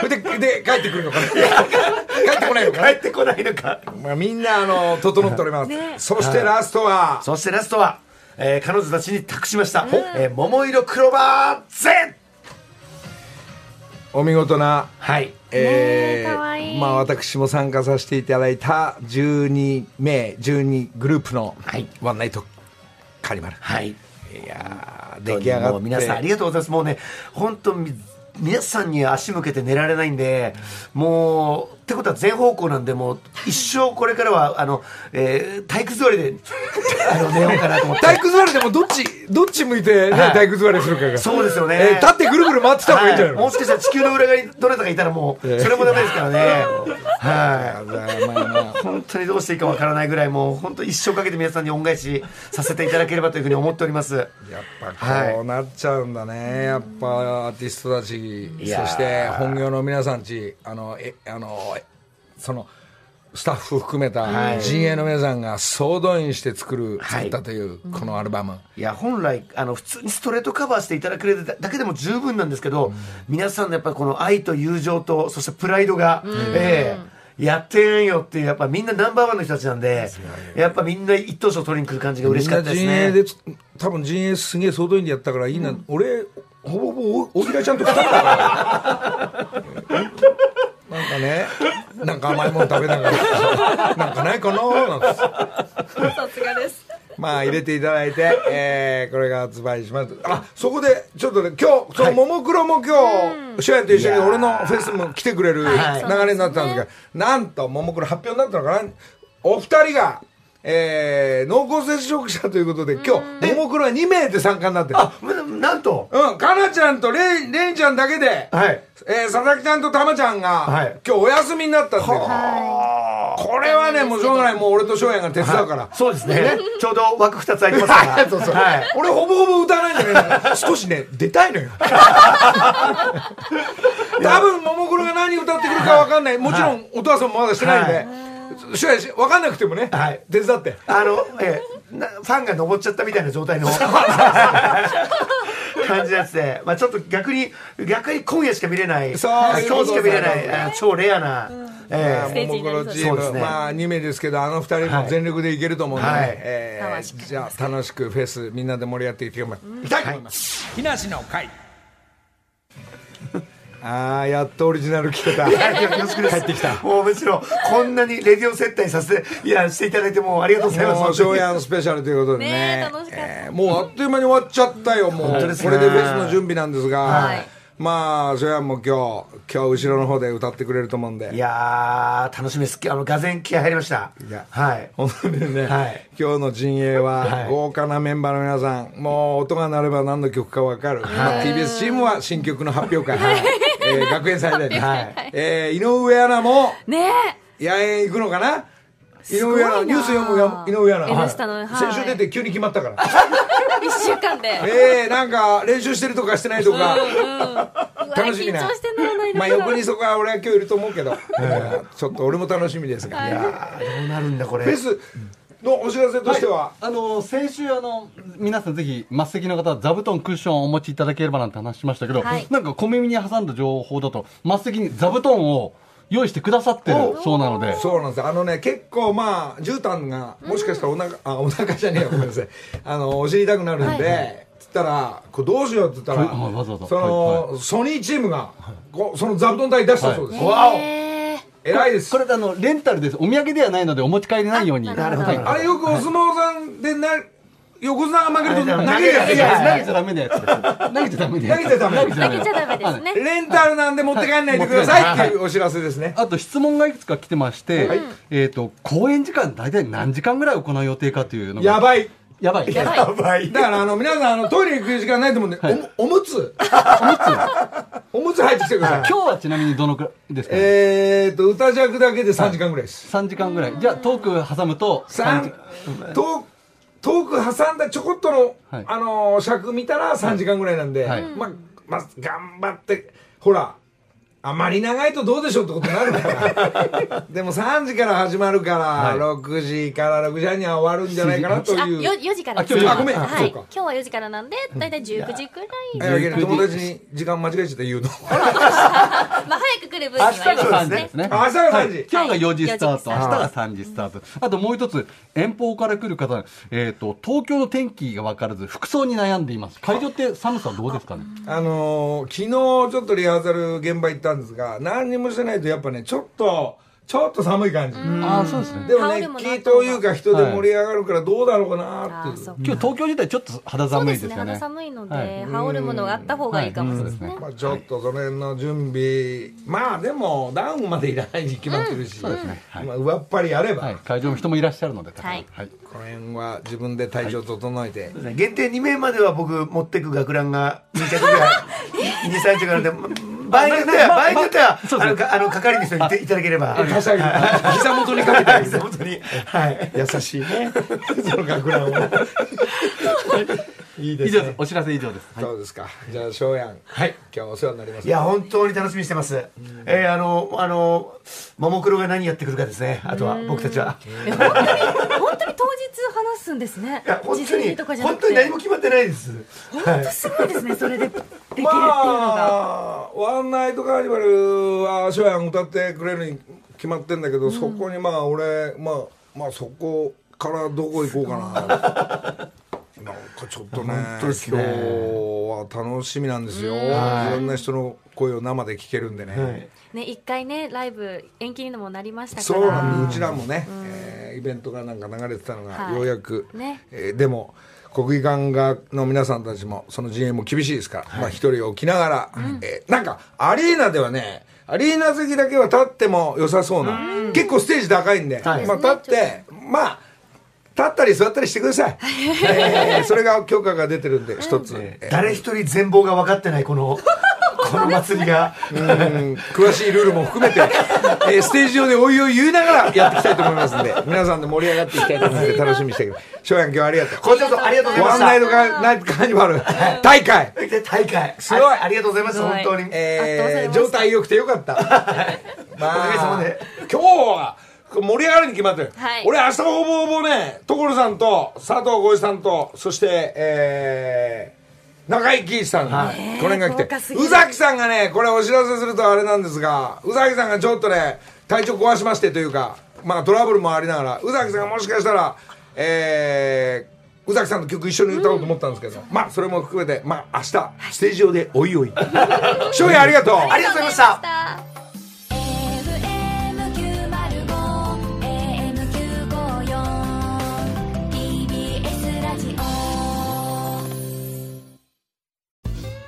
S2: それで、で、帰ってくるのかな。帰ってこないのか
S4: 帰
S2: な。
S4: ってこないのか。
S2: まあ、みんな、あの、整っております。そしてラストは、
S4: そしてラストは、えー彼女たちに託しました、えー桃色クローバー Z!
S2: お見事な、
S4: はい。
S2: え
S3: かわいい
S2: まあ私も参加させていただいた12名、12グループの
S4: はい
S2: ワンナイトカリマル。
S4: はい。
S2: いやー出来上が
S4: も
S2: っ
S4: う
S2: て。
S4: 皆さんありがとうございます。もうね、本当み皆さんに足向けて寝られないんで、もう、ってことは全方向なんで、もう、一生これからは、あの、えー体育座りで、 あの、寝ようかな と思って。
S2: 体育座りでもどっち、どっち向いて、ね
S4: はい
S2: 体育座りするかが。
S4: そうですよね
S2: えー立ってぐるぐる回ってた方がいいんじゃない
S4: はいも
S2: の、
S4: しかしたら地球の裏側にどなたかいたらもう、それもダメですからね。 はい。
S2: まあまあ
S4: 本当にどうしていいかわからないぐらいもう本当一生かけて皆さんに恩返しさせていただければというふうに思っております
S2: やっぱこうなっちゃうんだね、やっぱアーティストたち
S4: いやー
S2: そして本業の皆さんちあのえあのえそのスタッフ含めた陣営の皆さんが総動員して作る、
S4: は
S2: 作
S4: い
S2: ったというこのアルバム、
S4: いや本来あの普通にストレートカバーしていただけるだけでも十分なんですけど、皆さんのやっぱりこの愛と友情とそしてプライドが、ええやってるよっていうやっぱみんなナンバーワンの人たちなんでやっぱみんな一等賞取りに来る感じが嬉しかったです
S2: みんな陣営で
S4: ね
S2: つ多分陣営すげえ総動員でやったからいいな、俺ほぼほぼお大平ちゃんと来たから なんかねなんか甘いもん食べながらなんかないかななんて
S3: さすがです
S2: まあ入れていただいて、えーこれが発売しますあそこでちょっとね今日そのももクロも今日シュエンと一緒に俺のフェスも来てくれる流れになったんですが、なんとももクロ発表になったのかなお二人が、えー濃厚接触者ということで今日ももクロは2名で参加になってる
S4: あななんと
S2: うんかなちゃんとれいれいちゃんだけで、
S4: はい
S2: えー佐々木ちゃんとたまちゃんが、
S4: はい
S2: 今日お休みになったっていうこれはねもうしょうがないもう俺と翔也が手伝うから、
S4: そうですねちょうど枠2つ空いてますか ら
S2: そうそう
S4: はい
S2: 俺ほぼほぼ歌わないんだけど少しね出たいのよ多分ももクロが何歌ってくるか分かんないもちろんお父さんもまだしてないんで、
S4: はい
S2: しょやし分かんなくてもね、
S4: はい
S2: 手伝って
S4: あの、ええなファンが登っちゃったみたいな状態 の感じのやつで、まあ、ちょっと逆に逆に今夜しか見れない
S2: そう
S4: あ今日しか見
S2: そうそうそ
S4: れない
S2: う
S4: あ超レアな、ええ
S2: ももクロチー
S4: そう
S2: ム、
S4: ですね
S2: まあ2名ですけどあの2人も全力でいけると思うんで、ね
S4: はいはい
S2: えーじゃあ楽しくフェスみんなで盛り上がっていきたいと思います、
S6: 木梨の会
S2: ああやっとオリジナル聞けた
S4: いや恐縮です
S2: 帰ってきた
S4: もうむしろこんなにレディオ接待させていやしていただいてもうありがとうございます
S2: もう
S4: 本当
S2: 翔
S4: に
S2: やんスペシャルということでね
S3: ねえ楽しかった
S2: えーもうあっという間に終わっちゃったよもうこれ
S4: 本当
S2: で
S4: です
S2: フ
S4: ね
S2: ェスの準備なんですが、
S3: はい
S2: まあ翔やんも今日今日後ろの方で歌ってくれると思うんで
S4: いやー楽しみですあのがぜん気合入りました
S2: いや
S4: はい
S2: 本当にね、
S4: はい
S2: 今日の陣営
S4: は
S2: はい豪華なメンバーの皆さん、もう音が鳴れば何の曲か分かる、まあ TBS チームは新曲の発表会、えー学園祭で、
S4: はい
S2: えー井上アナも
S3: ね
S2: 野営行くのかな井
S3: ごい
S2: 上ア
S3: な
S2: ナニュース読むが井上アナ、
S3: N スタのはい
S2: 先週出て急に決まったから
S3: え一週間で
S2: えー、なんか練習してるとかしてないとか、楽しみな
S3: うわ緊張してならないの
S2: まあ
S3: かな
S2: 横にそこは俺は今日いると思うけど、ちょっと俺も楽しみですが、いや
S4: あーどうなるんだこれ
S2: フェスのお知らせとしては、
S7: あの先週あの皆さんぜひ末席の方は座布団クッションをお持ちいただければなんて話しましたけど、
S3: はい
S7: なんか小耳に挟んだ情報だと末席に座布団を用意してくださってるそうなので
S2: そうなんですよあのね結構まあ絨毯がもしかしたらお腹、あお腹じゃねえよごめんなさいあのお尻痛くなるんで、つったらこうどうしようって言ったら、
S7: はいわざわざ
S2: その、
S7: はい
S2: ソニーチームがこうその座布団台出したそうです、
S4: わお
S2: 偉いです
S7: これあのレンタルですお土産ではないのでお持ち帰りないようになるほど、
S2: あれよくお相撲さんでな、横綱が負けると投げるやつ
S7: い
S2: じゃないですか
S7: や投げちゃダメなやつです投げちゃダメなやつ
S2: 投げちゃダメ
S3: 投げちゃダメですね
S2: レンタルなんで持って帰んないでくださいっていうお知らせですね。
S7: あと質問がいくつか来てまして、
S2: はい
S7: えっ、と公演時間大体何時間ぐらい行う予定かというのが
S2: やばい。
S7: やばい
S3: やばい
S4: やばい
S2: だからあの皆さんあのトイレ行く時間ないと思うんで、おむおむつ、おむつ入ってきてください。
S7: 今日はちなみにどのくらいですか、ね
S2: えーと、歌弱だけで3時間ぐらいです。
S7: 3時間ぐらいじゃあトーク挟むと3
S2: 三
S7: 時
S2: トークトーク挟んだちょこっとの、
S7: はい
S2: あのー尺見たら3時間ぐらいなんで、
S7: はい
S2: まあまあ頑張ってほらあまり長いとどうでしょうってことになるからでも3時から始まるから、6時から6時半には終わるんじゃないかなと
S3: あ、
S2: いう
S3: よ4時からです
S2: あ今日あごめん
S3: はい。
S2: そう
S3: 今
S2: か
S3: 日は4時からなんで、だいたい19時くらい。
S2: えー友達に時間間違えちゃった言うの
S3: まあ、早く来る分に
S7: 明
S3: は
S7: 日が3時ですね。
S2: あ明日が3時
S7: はい今日が4時スタート、
S3: はい
S7: 明日が3時スタート。あともう一つ、遠方から来る方、えっと、東京の天気が分からず、服装に悩んでいます。会場って寒さどうですかね
S2: あのー昨日ちょっとリハーサル現場行ったんですが何にもしてないとやっぱねちょっとちょっと寒い感じ
S7: ああ、そうですね。
S2: でも
S3: タオルも
S2: 熱
S3: な
S2: 気というか人で盛り上がるからどうだろうな
S3: あ
S2: って
S3: ー
S2: いう
S3: そう
S7: 今日東京自体ちょっと肌
S3: そう
S7: 寒
S3: で
S7: い
S3: す
S7: です
S3: ね
S7: よ
S3: 肌
S7: ね。
S3: 寒いの
S7: は
S3: で
S7: い
S3: 羽織るものがあった方がいいかもしれないですね
S2: まあ、ちょっとその辺の準備、まあでもダウンまでいらないに決まってるし、まあ、上っ張りやれば、
S7: はい、会場も人もいらっしゃるので、
S3: はい
S7: はい。
S2: この辺は自分で体調整えて、
S4: そうですね限定2名までは僕持ってく学ランが2着ぐら い23着なので場合によっては場合によってはあのかあの係の人にいていただければ
S2: 確かに膝元にかけ
S4: はい
S2: て
S4: 本当にはい
S2: 優しいね その学 ランをいいで
S7: 以
S2: す
S7: 上
S2: ね
S7: です。お知らせ以上です。はい
S2: そうですかじゃあ翔やん、はい、今日お世話になります
S4: いや本当に楽しみにしてます、えーあのあのももクロが何やってくるかですねあとは僕たちは
S3: え本当に本当に当日話すんですね
S4: いや本
S3: 事
S4: 当
S3: 前
S4: に
S3: とかじゃな
S4: 本
S3: くて
S4: 当に何も決まってないですはい
S3: すごいですねそれでできるっていうの
S2: ま
S3: が、
S2: あワンナイトカーニバルは翔やん歌ってくれるに決まってんだけど、そこにまあ俺まあまあそこからどこ行こうかななんかちょっとね
S4: 本当ですね
S2: 今日は楽しみなんですよいろんな人の声を生で聞けるんでね、
S4: はい
S3: ね一回ねライブ延期にもなりましたから
S2: そうなんですうちらもね、えーイベントがなんか流れてたのが
S3: はい
S2: ようやく、
S3: ね
S2: えーでも国技館がの皆さんたちもその陣営も厳しいですから、まあ一人置きながら、えーなんかアリーナではねアリーナ席だけは立っても良さそうな、結構ステージ高いんで、
S4: はい
S2: まあ立ってまあ立ったり座ったりしてくださ い、えーそれが許可が出てるんで一つ、えー
S4: 誰一人全貌が分かってないこのこの祭り が
S2: うん詳しいルールも含めて、えーステージ上でおいおい言いながらやっていきたいと思いますんで、皆さんで盛り上がっていきたいと思うので、楽しみにしてください。翔やん、今日はありがと
S4: こちらこそありがとうご
S2: う。
S4: ざいま
S2: ワ
S4: し
S2: ンナ
S4: た
S2: イトカナイトカーニバル大会、
S4: 大会
S2: すごい
S4: あありがとうございます
S3: ごい
S4: 本当に、
S3: 圧倒さ
S2: え
S3: れ
S2: ー、
S3: ました
S2: 状態良くてよか った。ま
S4: おかげさま
S2: あ
S4: で、
S2: 今日は盛り上がるに決まってる。
S3: はい
S2: 俺、明日ほぼほぼね、所さんと佐藤浩市さんと、そして、えー中井貴一さん、これが来
S3: 豪華
S2: て
S3: すぎ
S2: 宇
S3: る
S2: 崎さんがねこれお知らせするとあれなんですが宇崎さんがちょっとね体調壊しましてというかまあトラブルもありながら宇崎さんがもしかしたらえー宇崎さんの曲一緒に歌おうと思ったんですけど、まあそれも含めてまあ明日ステージ上でおいおい翔平ありがとう
S4: ありがとうございました
S3: ありがとうございました
S1: AM905 AM954 TBS ラジオ